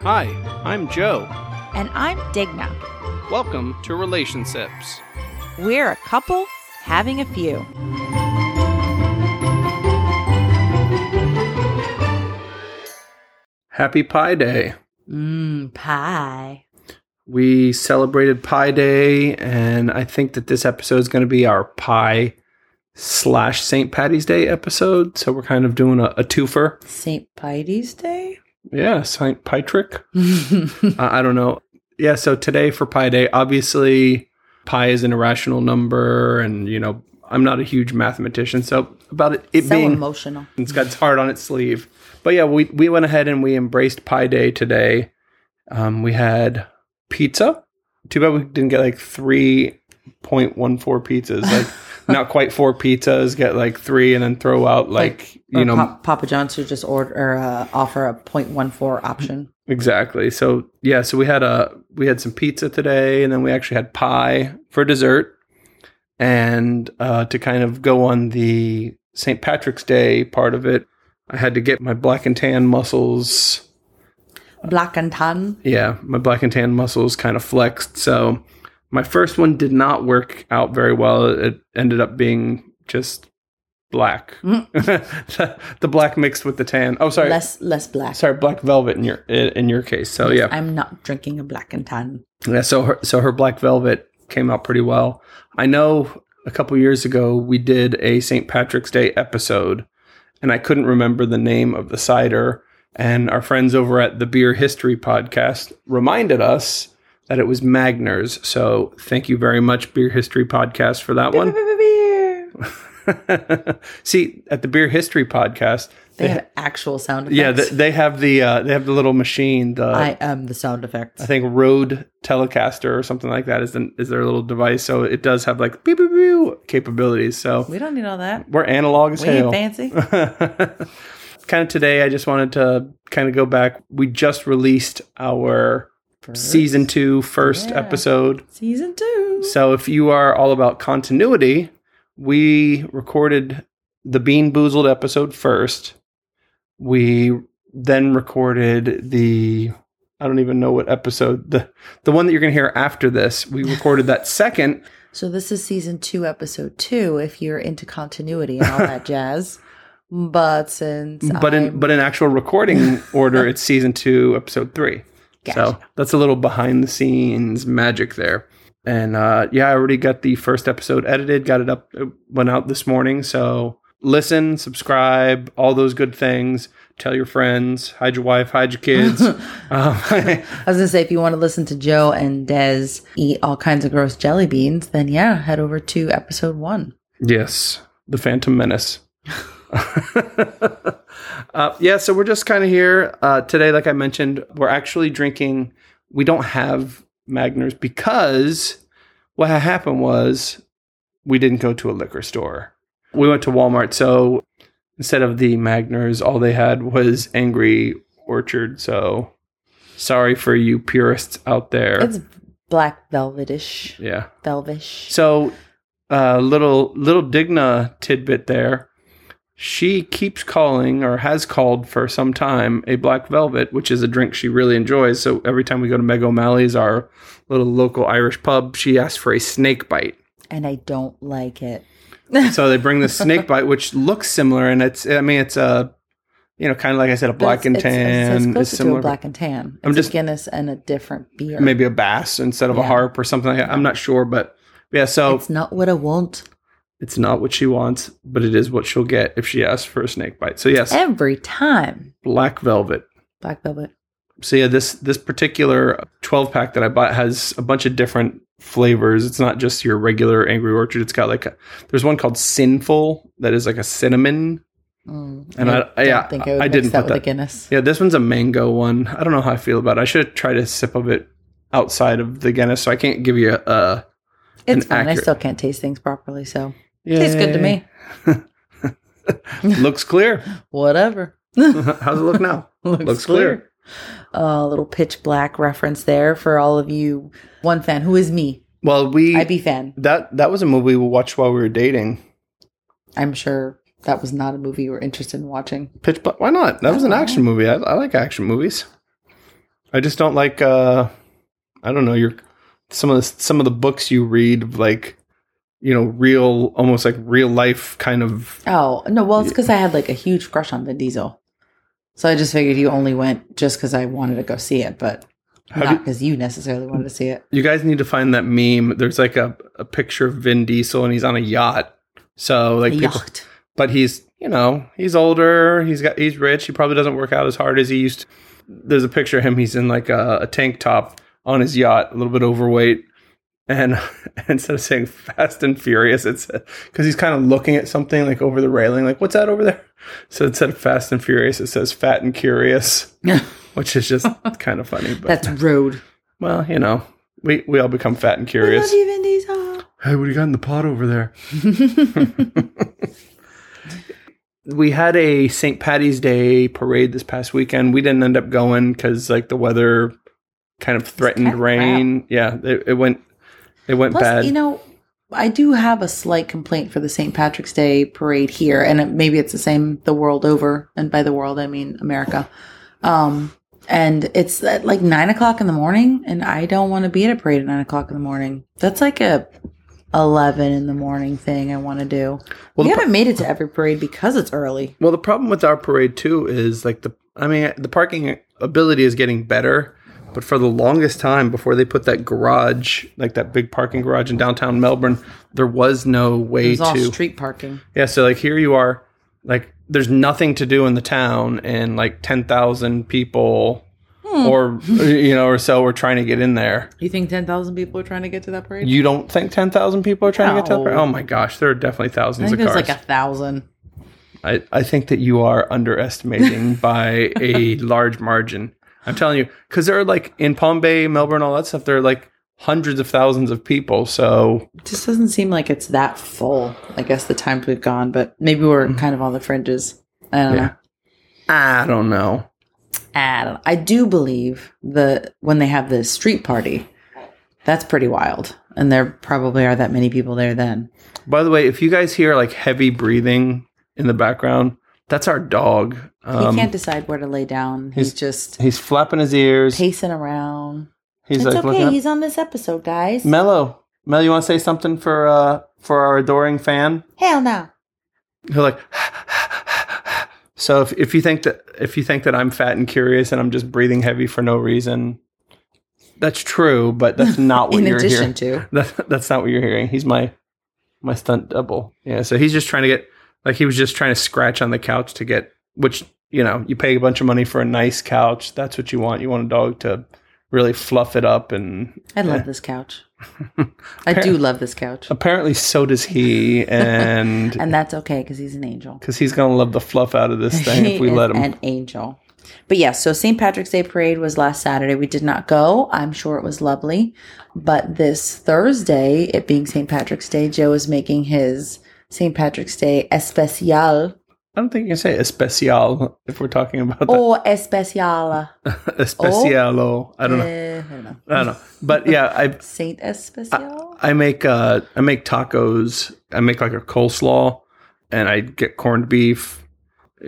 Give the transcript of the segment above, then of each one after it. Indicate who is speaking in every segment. Speaker 1: Hi, I'm Joe.
Speaker 2: And I'm Digna.
Speaker 1: Welcome to Relationships.
Speaker 2: We're a couple having a few.
Speaker 1: Happy Pi Day.
Speaker 2: Mmm, pie.
Speaker 1: We celebrated Pi Day, and I think that this episode is going to be our Pi slash St. Patty's Day episode. So we're kind of doing a, a twofer.
Speaker 2: St. Pity's Day?
Speaker 1: Yeah, St. Patrick. I I don't know. Yeah, so today for Pi Day, obviously pi is an irrational number, and you know I'm not a huge mathematician, so about it, it
Speaker 2: so
Speaker 1: being
Speaker 2: emotional.
Speaker 1: it's got its heart on its sleeve. But yeah, we we went ahead and we embraced Pi Day today. Um, we had pizza. Too bad we didn't get like three point one four pizzas, like not quite four pizzas. Get like three and then throw out like,
Speaker 2: Or
Speaker 1: you know
Speaker 2: Pa- Papa John's should just order or, uh, offer a 0.14 option.
Speaker 1: Exactly. So yeah, so we had a we had some pizza today, and then we actually had pie for dessert, and uh, to kind of go on the St. Patrick's Day part of it, I had to get my black and tan muscles.
Speaker 2: Black and tan.
Speaker 1: Yeah, my black and tan muscles kind of flexed. So my first one did not work out very well. It ended up being just black, the, the black mixed with the tan. Oh, sorry,
Speaker 2: Less less black.
Speaker 1: sorry, black velvet in your in your case. So yeah,
Speaker 2: I'm not drinking a black and tan.
Speaker 1: Yeah, so her so her Black Velvet came out pretty well. I know a couple years ago we did a St. Patrick's Day episode, and I couldn't remember the name of the cider. And our friends over at the Beer History Podcast reminded us that it was Magners. So thank you very much, Beer History Podcast, for that one. See, at the Beer History Podcast,
Speaker 2: They have actual sound effects.
Speaker 1: yeah, th- they have the uh, they have the little machine, the
Speaker 2: I am the sound effects.
Speaker 1: I think Rode Telecaster or something like that is the, is their little device. So it does have like beep beep beep capabilities. So
Speaker 2: We don't need all that.
Speaker 1: we're analog as
Speaker 2: We ain't
Speaker 1: hell.
Speaker 2: fancy.
Speaker 1: kind of today, I just wanted to kind of go back. We just released our season two first
Speaker 2: Yeah.
Speaker 1: episode.
Speaker 2: Season two.
Speaker 1: So if you are all about continuity, we recorded the Bean Boozled episode first. We then recorded the I don't even know what episode the the one that you're going to hear after this. We recorded that second.
Speaker 2: So this is season two, episode two. If you're into continuity and all that jazz, but since
Speaker 1: but in
Speaker 2: I'm-
Speaker 1: but in actual recording order, it's season two, episode three. So
Speaker 2: Gotcha.
Speaker 1: that's a little behind the scenes magic there. And uh, yeah, I already got the first episode edited, got it up, it went out this morning. So listen, subscribe, all those good things. Tell your friends, hide your wife, hide your kids. um,
Speaker 2: I was gonna say if you want to listen to Joe and Dez eat all kinds of gross jelly beans, then yeah, head over to episode one.
Speaker 1: Yes, the Phantom Menace. uh, yeah, so we're just kind of here uh, today. Like I mentioned, we're actually drinking. We don't have Magners because what had happened was we didn't go to a liquor store. We went to Walmart, so instead of the Magners, all they had was Angry Orchard. So sorry for you purists out there.
Speaker 2: It's black velvetish,
Speaker 1: yeah.
Speaker 2: velvish.
Speaker 1: So, uh, little little Digna tidbit there. She keeps calling or has called for some time a black velvet, which is a drink she really enjoys. So every time we go to Meg O'Malley's, our little local Irish pub, she asks for a snake bite.
Speaker 2: and I don't like it.
Speaker 1: So they bring the snake bite, which looks similar, and it's I mean it's a you know kind of like I said a black and
Speaker 2: It's- it's-
Speaker 1: tan
Speaker 2: It's, it's
Speaker 1: is
Speaker 2: closer to
Speaker 1: similar,
Speaker 2: a black and tan. It's
Speaker 1: I'm just-
Speaker 2: a Guinness and a different beer.
Speaker 1: maybe a bass instead of a
Speaker 2: Yeah.
Speaker 1: harp or something like that. I'm not sure, but yeah. So
Speaker 2: it's not what I want
Speaker 1: It's not what she wants, but it is what she'll get if she asks for a snake bite. So yes,
Speaker 2: every time.
Speaker 1: black velvet.
Speaker 2: Black velvet.
Speaker 1: So yeah, this this particular 12 pack that I bought has a bunch of different flavors. It's not just your regular Angry Orchard. It's got like a, there's one called Sinful that is like a cinnamon.
Speaker 2: Mm,
Speaker 1: And I- I- yeah, I
Speaker 2: mix
Speaker 1: didn't put
Speaker 2: with
Speaker 1: that-
Speaker 2: a Guinness.
Speaker 1: Yeah, this one's a mango one. I don't know how I feel about it. I should try to sip of it outside of the Guinness, so I can't give you a, a
Speaker 2: It's
Speaker 1: an
Speaker 2: fine. I
Speaker 1: accurate-
Speaker 2: still can't taste things properly, so tastes good to me.
Speaker 1: Looks clear.
Speaker 2: Whatever.
Speaker 1: How's it look now?
Speaker 2: Looks, A little pitch black reference there for all of you one fan who is me,
Speaker 1: Well, we
Speaker 2: IB fan.
Speaker 1: That that was a movie we watched while we were dating.
Speaker 2: I'm sure that was not a movie you were interested in watching.
Speaker 1: Pitch Black. Why not? That was an
Speaker 2: Oh.
Speaker 1: action movie. I, I like action movies. I just don't like. uh I don't know your some of the, some of the books you read like you know real almost like real life kind of
Speaker 2: Oh no, well it's because I had like a huge crush on Vin Diesel, so I just figured you only went just because I wanted to go see it, but
Speaker 1: Have
Speaker 2: not
Speaker 1: you-
Speaker 2: because you necessarily wanted to see it.
Speaker 1: you guys need to find that meme there's like a, a picture of vin diesel and he's on a yacht so like
Speaker 2: A
Speaker 1: people,
Speaker 2: yacht.
Speaker 1: but he's you know he's older he's got he's rich he probably doesn't work out as hard as he used to. there's a picture of him he's in like a, a tank top on his yacht a little bit overweight and instead of saying fast and furious it's because he's kind of looking at something like over the railing like what's that over there so instead of fast and furious it says fat and curious which is just kind of funny but
Speaker 2: That's rude.
Speaker 1: well you know we, we all become fat and
Speaker 2: I love
Speaker 1: curious
Speaker 2: you, Vin Diesel.
Speaker 1: Hey, what do you got in the pot over there? we had a St. Patty's Day parade this past weekend. We didn't end up going because like the weather kind of threatened
Speaker 2: kinda crap.
Speaker 1: rain. Yeah, it, it went it went
Speaker 2: Plus,
Speaker 1: bad.
Speaker 2: you know, I do have a slight complaint for the St. Patrick's Day parade here, and it, maybe it's the same the world over, and by the world I mean America. Um, and it's at like nine o'clock in the morning, and I don't want to be at a parade at nine o'clock in the morning. That's like a eleven in the morning thing I want to do.
Speaker 1: Well,
Speaker 2: we
Speaker 1: the
Speaker 2: haven't made it to every parade because it's early.
Speaker 1: well, the problem with our parade too is like the I mean the parking ability is getting better, but for the longest time before they put that garage, like that big parking garage in downtown Melbourne, there was no way
Speaker 2: It's all
Speaker 1: to
Speaker 2: street parking.
Speaker 1: Yeah, so like here you are, like there's nothing to do in the town, and like ten thousand people,
Speaker 2: Hmm.
Speaker 1: or you know, or so, were trying to get in there.
Speaker 2: You think ten thousand people are trying to get to that parade?
Speaker 1: You don't think ten thousand people are trying to get to?
Speaker 2: No.
Speaker 1: The, oh my gosh, there are definitely
Speaker 2: I
Speaker 1: thousands
Speaker 2: think
Speaker 1: of
Speaker 2: there's
Speaker 1: cars.
Speaker 2: like a thousand.
Speaker 1: I, I think that you are underestimating by a large margin. I'm telling you, because there are like in Palm Bay, Melbourne, all that stuff. There are like hundreds of thousands of people. So
Speaker 2: just doesn't seem like it's that full. I guess the times we've gone, but maybe we're kind of on the fringes. I don't know.
Speaker 1: Mm-hmm. Yeah. I don't know.
Speaker 2: I don't. I do believe the when they have the street party, that's pretty wild, and there probably are that many people there then.
Speaker 1: By the way, if you guys hear like heavy breathing in the background, that's our dog. Um,
Speaker 2: he can't decide where to lay down. He's, just
Speaker 1: he's flapping his ears.
Speaker 2: pacing around.
Speaker 1: he's
Speaker 2: it's
Speaker 1: like looking
Speaker 2: okay.
Speaker 1: up.
Speaker 2: He's on this episode, guys.
Speaker 1: Mello, Mello, you want to say something for uh for our adoring fan?
Speaker 2: Hell no.
Speaker 1: He'll like. so if if you think that if you think that I'm fat and curious and I'm just breathing heavy for no reason, that's true. But that's not what
Speaker 2: In
Speaker 1: you're
Speaker 2: addition
Speaker 1: hearing.
Speaker 2: to
Speaker 1: That, that's not what you're hearing. He's my my stunt double. Yeah, so he's just trying to get like he was just trying to scratch on the couch to get which you know you pay a bunch of money for a nice couch. That's what you want. You want a dog to really fluff it up, and
Speaker 2: I love this couch. I do love this couch,
Speaker 1: apparently so does he. And
Speaker 2: and that's okay because he's an angel.
Speaker 1: because he's gonna love the fluff out of this thing if we
Speaker 2: is
Speaker 1: let him.
Speaker 2: An angel. But yeah, so St. Patrick's Day parade was last Saturday. We did not go. I'm sure it was lovely. But this Thursday, it being St. Patrick's Day, Joe is making his St. Patrick's Day especial
Speaker 1: I don't think you can say especial if we're talking about that.
Speaker 2: or Oh, especial.
Speaker 1: especialo. I don't know.
Speaker 2: Eh, I don't know.
Speaker 1: I don't know. But yeah, I
Speaker 2: Saint Especial?
Speaker 1: I make uh I make tacos. I make like a coleslaw, and I get corned beef.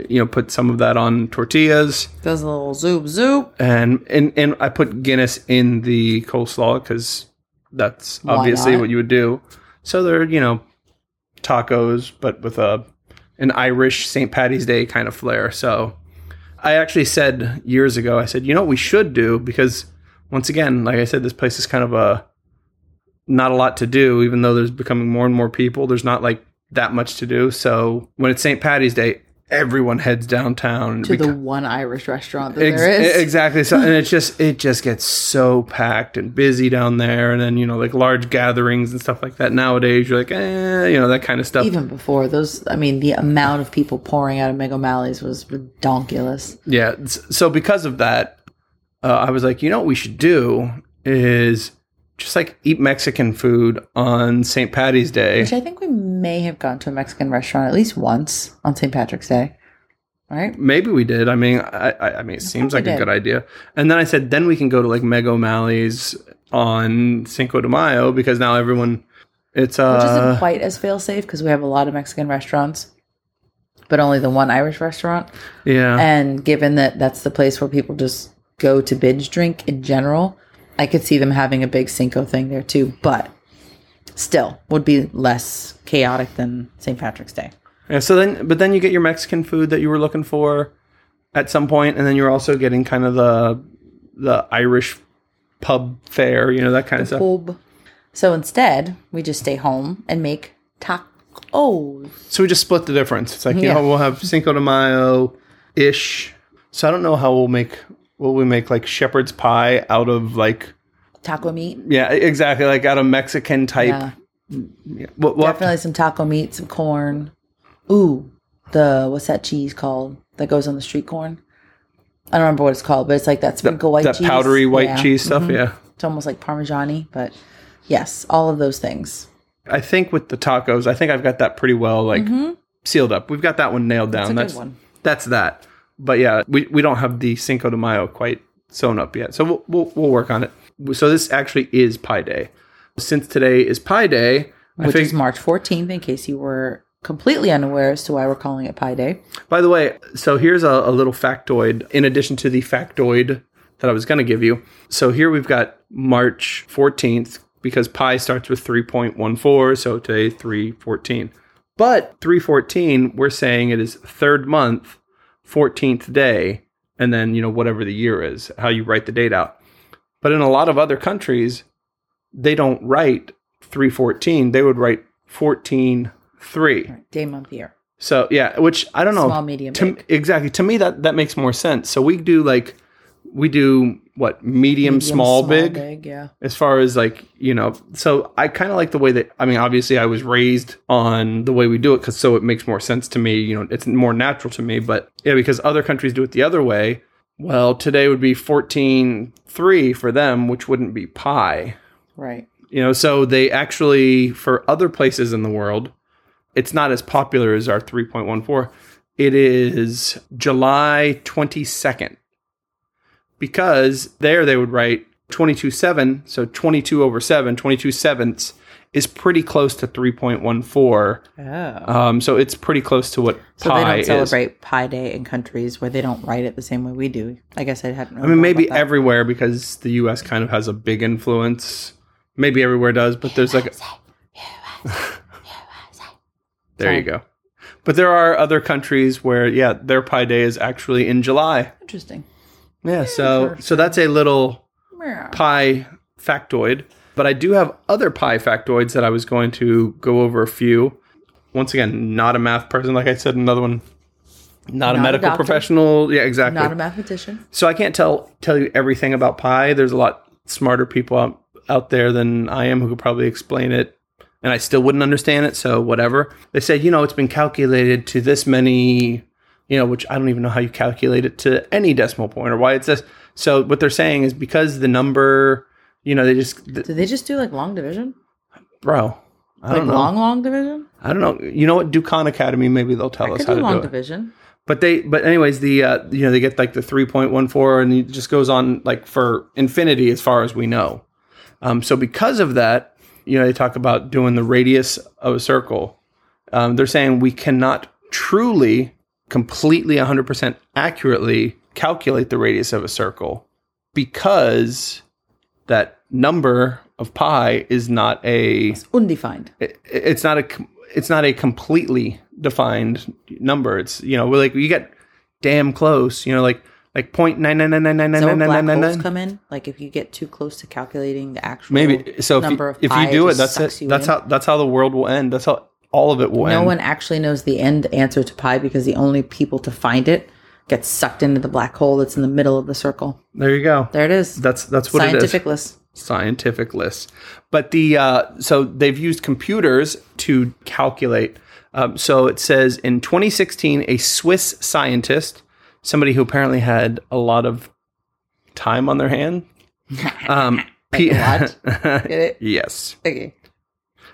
Speaker 1: You know, put some of that on tortillas,
Speaker 2: Does a little zoop zoop.
Speaker 1: and and and I put Guinness in the coleslaw because that's
Speaker 2: Why
Speaker 1: obviously
Speaker 2: not?
Speaker 1: what you would do. So they're you know tacos, but with a an Irish St. Patty's Day kind of flair. So I actually said years ago, I said, you know what we should do because once again, like I said, this place is kind of a not a lot to do, even though there's becoming more and more people. There's not like that much to do. So when it's St. Patty's Day, everyone heads downtown
Speaker 2: To
Speaker 1: beco-
Speaker 2: the one Irish restaurant that
Speaker 1: Ex-
Speaker 2: there is.
Speaker 1: Exactly. So, and it just it just gets so packed and busy down there, and then you know like large gatherings and stuff like that. Nowadays, you're like, eh, you know that kind of stuff.
Speaker 2: Even before those, I mean, the amount of people pouring out of Meg O'Malley's was redonkulous.
Speaker 1: yeah. s- So because of that, uh, I was like, you know what we should do is just like eat Mexican food on St. Patty's Day.
Speaker 2: Which I think we may have gone to a Mexican restaurant at least once on St. Patrick's Day, right?
Speaker 1: Maybe we did. I mean, I, I, I mean, it seems like
Speaker 2: we
Speaker 1: a
Speaker 2: did.
Speaker 1: good idea. And then I said, then we can go to like Meg O'Malley's on Cinco de Mayo because now everyone It's
Speaker 2: which isn't
Speaker 1: uh,
Speaker 2: quite as fail safe because we have a lot of Mexican restaurants, but only the one Irish restaurant.
Speaker 1: yeah,
Speaker 2: And given that that's the place where people just go to binge drink in general, I could see them having a big Cinco thing there too, but still would be less chaotic than St. Patrick's Day.
Speaker 1: yeah. So then, but then you get your Mexican food that you were looking for at some point, and then you're also getting kind of the the Irish pub fare, you know, that kind of stuff.
Speaker 2: Bob. So instead, we just stay home and make tacos.
Speaker 1: So we just split the difference. It's like you
Speaker 2: Yeah.
Speaker 1: know we'll have Cinco de Mayo ish. So I don't know how we'll make will we make like shepherd's pie out of like
Speaker 2: Taco meat.
Speaker 1: yeah exactly like out of Mexican type.
Speaker 2: Yeah.
Speaker 1: What, what
Speaker 2: Definitely some taco meat, some corn. Ooh, the what's that cheese called that goes on the street corn? I don't remember what it's called, but it's like that sprinkle white
Speaker 1: that
Speaker 2: cheese.
Speaker 1: powdery white
Speaker 2: Yeah. Mm-hmm.
Speaker 1: cheese stuff? Yeah.
Speaker 2: It's almost like Parmesan but yes, all of those things.
Speaker 1: I think with the tacos, I think I've got that pretty well like sealed up. We've got that one nailed down.
Speaker 2: Mm-hmm. good
Speaker 1: That's
Speaker 2: one.
Speaker 1: that's that. But yeah, we, we don't have the Cinco de Mayo quite sewn up yet, so we'll, we'll we'll work on it. So this actually is Pi Day. Since today is Pi Day, I
Speaker 2: Which
Speaker 1: think.
Speaker 2: is March 14th, in case you were completely unaware as to why we're calling it Pi Day.
Speaker 1: By the way, so here's a, a little factoid in addition to the factoid that I was going to give you. So here we've got March 14th because pi starts with 3.14, so today 314. But 314, we're saying it is third month, 14th day, and then, you know, whatever the year is, how you write the date out. But in a lot of other countries, they don't write 314, they would write 14 3.
Speaker 2: Day, month, year.
Speaker 1: So yeah, which I don't know.
Speaker 2: Small, medium,
Speaker 1: to,
Speaker 2: big.
Speaker 1: exactly. To me, that that makes more sense. So we do like we do what medium,
Speaker 2: Medium,
Speaker 1: small, big,
Speaker 2: yeah.
Speaker 1: as far as like you know. So I kind of like the way that I mean, obviously, I was raised on the way we do it because so it makes more sense to me. You know, it's more natural to me. But yeah, because other countries do it the other way. Well, today would be fourteen three for them, which wouldn't be pi.
Speaker 2: Right.
Speaker 1: You know, so they actually for other places in the world, it's not as popular as our 3.14. It is July 22nd. Because there they would write 22/7, so 22 over 7, 22 sevenths is pretty close to 3.14.
Speaker 2: Oh.
Speaker 1: Um, so it's pretty close to what
Speaker 2: So they
Speaker 1: pi
Speaker 2: don't
Speaker 1: is.
Speaker 2: celebrate Pi Day in countries where they don't write it the same way we do. I guess I hadn't.
Speaker 1: I mean, maybe everywhere because the U.S. kind of has a big influence. Maybe everywhere does, but there's like. there you go. But there are other countries where, yeah, their Pi Day is actually in July.
Speaker 2: Interesting.
Speaker 1: Yeah, so so that's a little Pi factoid. But I do have other Pi factoids that I was going to go over a few. Once again, not a math person, like I said. Another one, not,
Speaker 2: Not
Speaker 1: a
Speaker 2: a
Speaker 1: medical
Speaker 2: doctor.
Speaker 1: professional. Yeah, exactly.
Speaker 2: Not a mathematician.
Speaker 1: So I can't tell tell you everything about pi. There's a lot smarter people out, out there than I am who could probably explain it, and I still wouldn't understand it. So whatever they said, you know, it's been calculated to this many, you know, which I don't even know how you calculate it to any decimal point or why it's this. So what they're saying is because the number, you know, they just th-
Speaker 2: Do they just do like long division?
Speaker 1: bro. I
Speaker 2: Like
Speaker 1: don't know.
Speaker 2: long, long division?
Speaker 1: I don't know. You know what? Ducon Academy. Maybe they'll tell us
Speaker 2: Could
Speaker 1: how to
Speaker 2: do
Speaker 1: do
Speaker 2: long
Speaker 1: it.
Speaker 2: division.
Speaker 1: But they, but anyways, the uh, you know they get like the three point one four, and it just goes on like for infinity as far as we know. Um, so because of that, you know they talk about doing the radius of a circle. Um, they're saying we cannot truly, completely, one hundred percent accurately calculate the radius of a circle because that number of pi is not a
Speaker 2: It's undefined.
Speaker 1: it, it's not a com- it's not a completely defined number. It's you know we're like you get damn close. You know like like point nine nine nine nine nine
Speaker 2: So
Speaker 1: nine
Speaker 2: when
Speaker 1: nine
Speaker 2: black
Speaker 1: nine nine
Speaker 2: holes
Speaker 1: nine.
Speaker 2: come in, like if you get too close to calculating the actual
Speaker 1: Maybe so if
Speaker 2: number
Speaker 1: you,
Speaker 2: of
Speaker 1: if
Speaker 2: pi,
Speaker 1: you do it,
Speaker 2: just
Speaker 1: that's
Speaker 2: sucks
Speaker 1: it.
Speaker 2: you
Speaker 1: That's
Speaker 2: in.
Speaker 1: how that's how the world will end. That's how all of it will
Speaker 2: No
Speaker 1: end.
Speaker 2: one actually knows the end answer to pi because the only people to find it get sucked into the black hole that's in the middle of the circle.
Speaker 1: there you go.
Speaker 2: There it is.
Speaker 1: That's that's what it is.
Speaker 2: Scientific list.
Speaker 1: scientific lists. But the uh, so they've used computers to calculate. Um, so it says in 2016, a Swiss scientist, somebody who apparently had a lot of time on their hand, um, Pe-
Speaker 2: What? Get it?
Speaker 1: yes,
Speaker 2: Okay.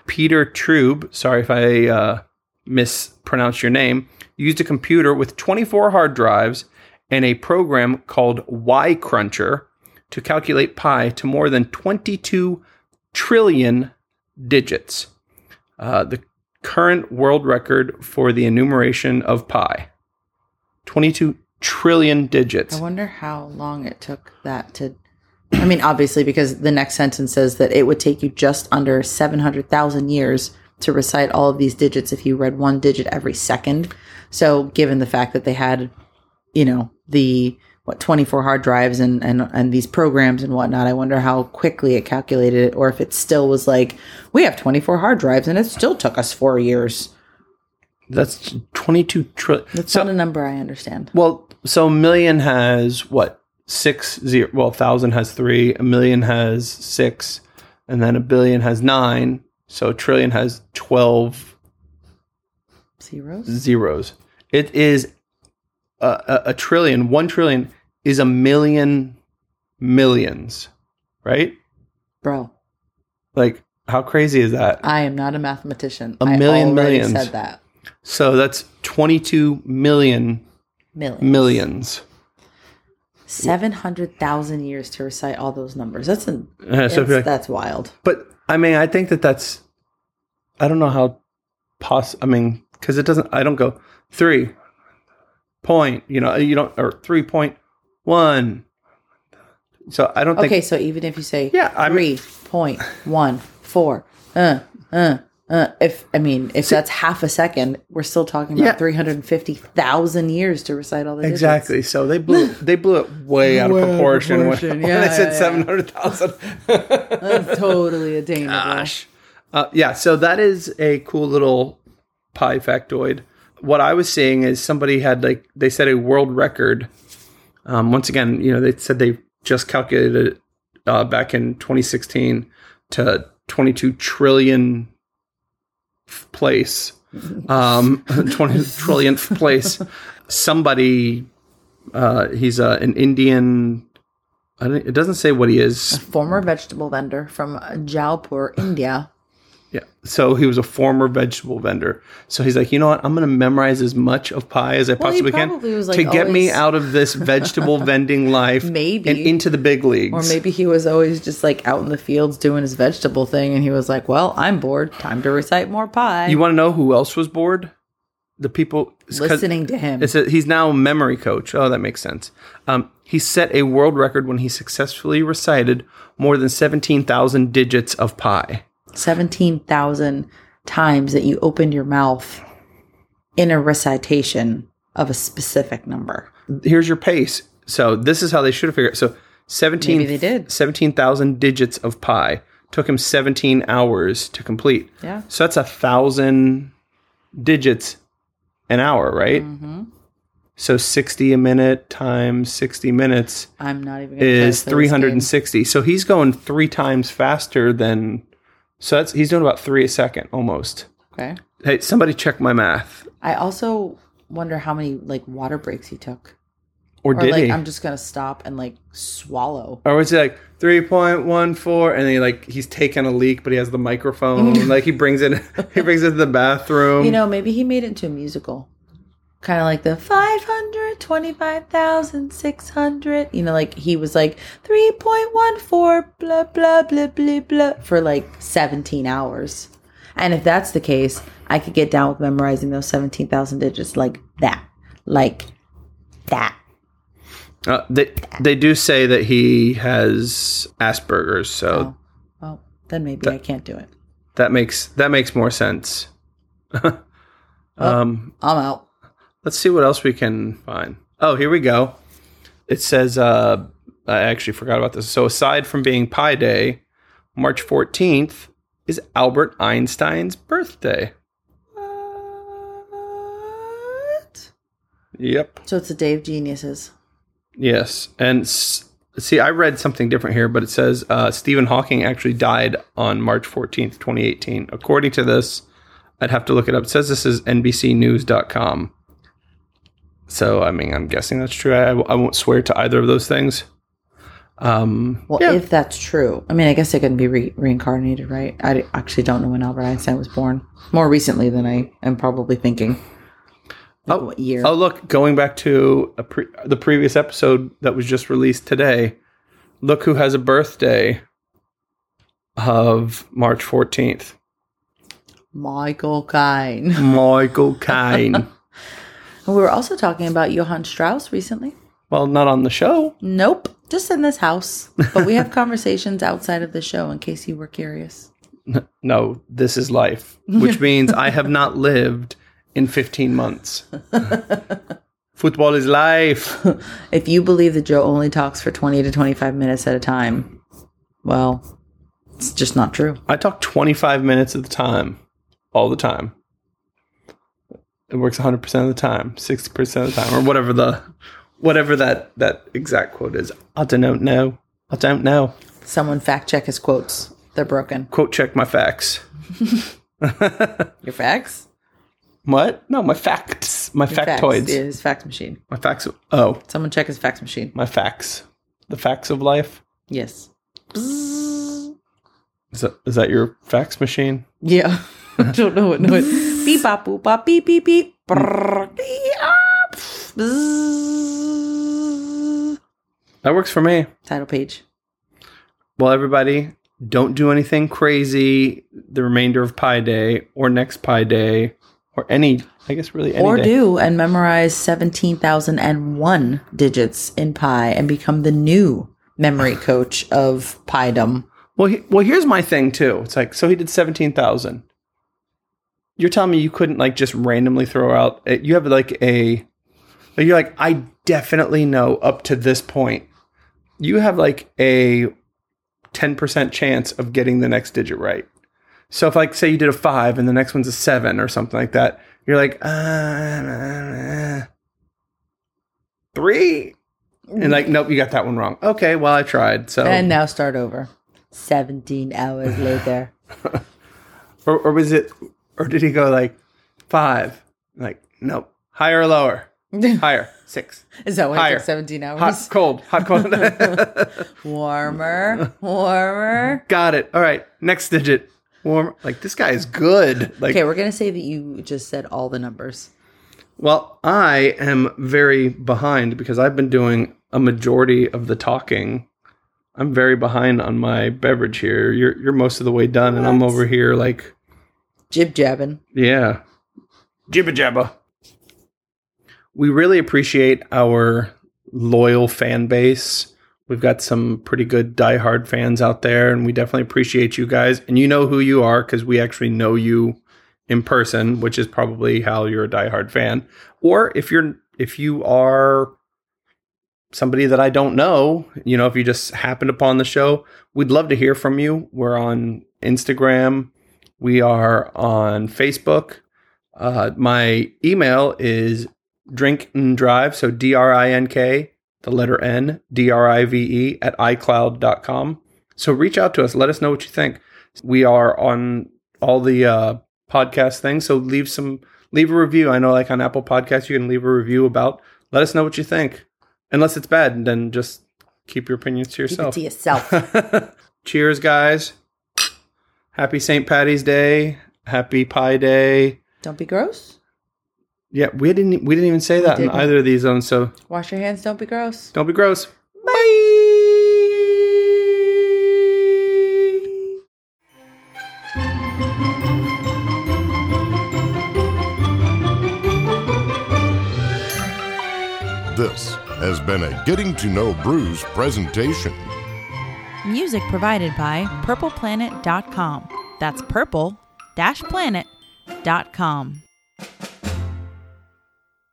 Speaker 1: Peter Trube. Sorry if I uh, mispronounced your name. Used a computer with 24 hard drives and a program called Y Cruncher to calculate pi to more than 22 trillion digits. uh, the current world record for the enumeration of pi 22 trillion digits.
Speaker 2: I wonder how long it took that to. I mean, obviously, because the next sentence says that it would take you just under 700,000 years to recite all of these digits if you read one digit every second. So, given the fact that they had, you know, the what 24 hard drives and, and and these programs and whatnot i wonder how quickly it calculated it or if it still was like we have 24 hard drives and it still took us four years
Speaker 1: That's 22 trillion.
Speaker 2: that's not a number i understand
Speaker 1: Well, so million has what? Six zero. Well, thousand has three. A million has six, and then a billion has nine. So a trillion has twelve
Speaker 2: zeros
Speaker 1: zeros. It is a, a, a trillion. One trillion is a million millions, right?
Speaker 2: bro
Speaker 1: Like how crazy is that?
Speaker 2: i am not a mathematician
Speaker 1: A
Speaker 2: I
Speaker 1: million
Speaker 2: already
Speaker 1: millions.
Speaker 2: said that
Speaker 1: So that's twenty-two million
Speaker 2: million
Speaker 1: millions.
Speaker 2: 700,000 years to recite all those numbers that's an,
Speaker 1: Uh, so if
Speaker 2: that's,
Speaker 1: you're like,
Speaker 2: that's wild
Speaker 1: But I mean, I think that that's. I don't know how, poss. I mean, because it doesn't. I don't go three point. You know, you don't or three point one. So I don't
Speaker 2: okay
Speaker 1: think.
Speaker 2: so even if you say
Speaker 1: Yeah, I mean,
Speaker 2: three point one four. Uh, uh, uh. If I mean, if that's half a second, we're still talking about
Speaker 1: Yeah.
Speaker 2: three hundred and fifty thousand years to recite all the digits.
Speaker 1: exactly. So they blew they blew it way out of
Speaker 2: Way out of
Speaker 1: proportion,
Speaker 2: proportion.
Speaker 1: when, when
Speaker 2: Yeah,
Speaker 1: I said
Speaker 2: yeah, yeah.
Speaker 1: seven hundred thousand.
Speaker 2: That's totally attainable.
Speaker 1: Gosh. Uh, yeah, so that is a cool little pie factoid. What I was seeing is somebody had like they set a world record. Um, once again, you know, they said they just calculated it uh, back in 2016 to 22 trillion place, um, 20 trillionth place. Somebody, uh, he's uh, an Indian. I don't, it doesn't say what he is.
Speaker 2: Former vegetable vendor from Jaipur, India.
Speaker 1: Yeah. So he was a former vegetable vendor. So he's like, you know what? I'm going to memorize as much of pie as I
Speaker 2: he
Speaker 1: possibly can
Speaker 2: probably was, like,
Speaker 1: to get me
Speaker 2: always-
Speaker 1: out of this vegetable vending life,
Speaker 2: Maybe.
Speaker 1: and into the big leagues.
Speaker 2: Or maybe he was always just like out in the fields doing his vegetable thing, and he was like, "Well, I'm bored. Time to recite more pie."
Speaker 1: you want to know who else was bored? The people 'cause
Speaker 2: listening to him?
Speaker 1: It's a, he's now a memory coach. Oh, that makes sense. Um, he set a world record when he successfully recited more than seventeen thousand digits of pie.
Speaker 2: Seventeen thousand times that you opened your mouth in a recitation of a specific number.
Speaker 1: here's your pace. So this is how they should have figured. It. So seventeen,
Speaker 2: Maybe they did.
Speaker 1: seventeen thousand digits of pi took him seventeen hours to complete.
Speaker 2: Yeah.
Speaker 1: So that's a thousand digits an hour, right?
Speaker 2: Mm-hmm.
Speaker 1: So sixty a minute times sixty minutes
Speaker 2: I'm not even. Gonna
Speaker 1: is
Speaker 2: try to play
Speaker 1: three
Speaker 2: this
Speaker 1: hundred
Speaker 2: game.
Speaker 1: and sixty. So he's going three times faster than. So that's he's doing about three a second almost.
Speaker 2: Okay.
Speaker 1: Hey, somebody check my math.
Speaker 2: I also wonder how many like water breaks he took,
Speaker 1: Or,
Speaker 2: or
Speaker 1: did
Speaker 2: like
Speaker 1: he?
Speaker 2: I'm just gonna stop and like swallow.
Speaker 1: Or was it like three point one four, and then he like he's taking a leak, but he has the microphone. like he brings it, he brings it to the bathroom.
Speaker 2: You know, maybe he made it into a musical, kind of like the five hundred twenty-five thousand six hundred. You know, like he was like three point one four blah blah blah blah blah for like seventeen hours. And if that's the case, I could get down with memorizing those seventeen thousand digits like that, like that.
Speaker 1: Uh, they they do say that he has Asperger's, so
Speaker 2: Oh, well, then maybe I can't do it.
Speaker 1: that makes that makes more sense. um,
Speaker 2: I'm out.
Speaker 1: let's see what else we can find. Oh, here we go. It says uh, I actually forgot about this. So aside from being Pi Day, March fourteenth is Albert Einstein's birthday.
Speaker 2: What?
Speaker 1: Yep.
Speaker 2: So it's a day of geniuses.
Speaker 1: Yes, and s- see, I read something different here, but it says uh, Stephen Hawking actually died on March fourteenth, twenty eighteen. According to this, I'd have to look it up. It says this is NBCNews.com. So, I mean, I'm guessing that's true. I, I won't swear to either of those things. Um,
Speaker 2: Well,
Speaker 1: Yeah.
Speaker 2: if that's true, I mean, I guess they couldn't be re- reincarnated, right? I d- actually don't know when Albert Einstein was born. More recently than I am probably thinking. Like,
Speaker 1: Oh,
Speaker 2: what year?
Speaker 1: Oh, look, going back to a pre- the previous episode that was just released today, look who has a birthday of March 14th.
Speaker 2: Michael Caine.
Speaker 1: Michael Caine.
Speaker 2: We were also talking about Johann Strauss recently.
Speaker 1: well, not on the show.
Speaker 2: Nope, just in this house. But we have conversations outside of the show in case you were curious.
Speaker 1: No, this is life, which means I have not lived in 15 months. Football is life.
Speaker 2: If you believe that Joe only talks for 20 to 25 minutes at a time, well, it's just not true.
Speaker 1: I talk 25 minutes at the time, all the time. It works 100% of the time, 60% of the time, or whatever the whatever that that exact quote is. I don't know. I don't know.
Speaker 2: Someone fact check his quotes. They're broken.
Speaker 1: Quote check my facts.
Speaker 2: Your facts?
Speaker 1: What? No, my facts. My factoids.
Speaker 2: Facts. Yeah, his fax machine.
Speaker 1: My facts. Oh,
Speaker 2: Someone check his fax machine.
Speaker 1: my facts. The facts of life.
Speaker 2: Yes.
Speaker 1: Is that, is that your fax machine?
Speaker 2: Yeah. I don't know what noise. beep, bop, boop, bop, beep, beep, beep. Brrr, beep, ah, pff, bzzz.
Speaker 1: That works for me.
Speaker 2: Title page.
Speaker 1: Well, everybody, don't do anything crazy the remainder of Pi Day or next Pi Day or any, I guess, really any
Speaker 2: or
Speaker 1: day.
Speaker 2: do and memorize 17,001 digits in pi and become the new memory coach of piedom.
Speaker 1: Well, he, well, here's my thing too. It's like so he did seventeen thousand. You're telling me you couldn't like just randomly throw out? eh, You have like a, like, you're like I definitely know up to this point. You have like a ten percent chance of getting the next digit right. So if like say you did a five and the next one's a seven or something like that, you're like uh, uh, uh, three, and like nope, you got that one wrong. Okay, well I tried. So
Speaker 2: And now start over. 17 hours later.
Speaker 1: or, or was it or did he go like five like nope higher or lower higher six
Speaker 2: Is that why it
Speaker 1: Higher.
Speaker 2: took 17
Speaker 1: hot
Speaker 2: hours?
Speaker 1: cold hot cold
Speaker 2: Warmer, warmer.
Speaker 1: got it all right next digit warm like this guy is good like
Speaker 2: Okay, we're going to say that you just said all the numbers.
Speaker 1: well i am very behind because i've been doing a majority of the talking i'm very behind on my beverage here you're you're most of the way done and i'm over here like
Speaker 2: Jib jabbing.
Speaker 1: Yeah. Jibba jabba. We really appreciate our loyal fan base. We've got some pretty good diehard fans out there, and we definitely appreciate you guys. And you know who you are because we actually know you in person, which is probably how you're a diehard fan. Or if you're if you are somebody that I don't know, you know, if you just happened upon the show, we'd love to hear from you. We're on Instagram, we are on Facebook. Uh, my email is drink and drive. So D R I N K, the letter N, D R I V E at iCloud.com. So reach out to us. Let us know what you think. We are on all the uh, podcast things. So leave some, leave a review. I know like on Apple Podcasts, you can leave a review about, let us know what you think. Unless it's bad, then just keep your opinions to
Speaker 2: Keep it
Speaker 1: yourself.
Speaker 2: to yourself.
Speaker 1: Cheers, guys. Happy St. Patty's Day. Happy Pie Day.
Speaker 2: Don't be gross.
Speaker 1: Yeah, we didn't we didn't even say that in
Speaker 2: didn't.
Speaker 1: either of these zones, so
Speaker 2: Wash your hands. Don't be gross.
Speaker 1: don't be gross.
Speaker 2: Bye.
Speaker 3: This has been a Getting to Know Brews presentation.
Speaker 4: Music provided by purpleplanet.com. That's purple-planet.com.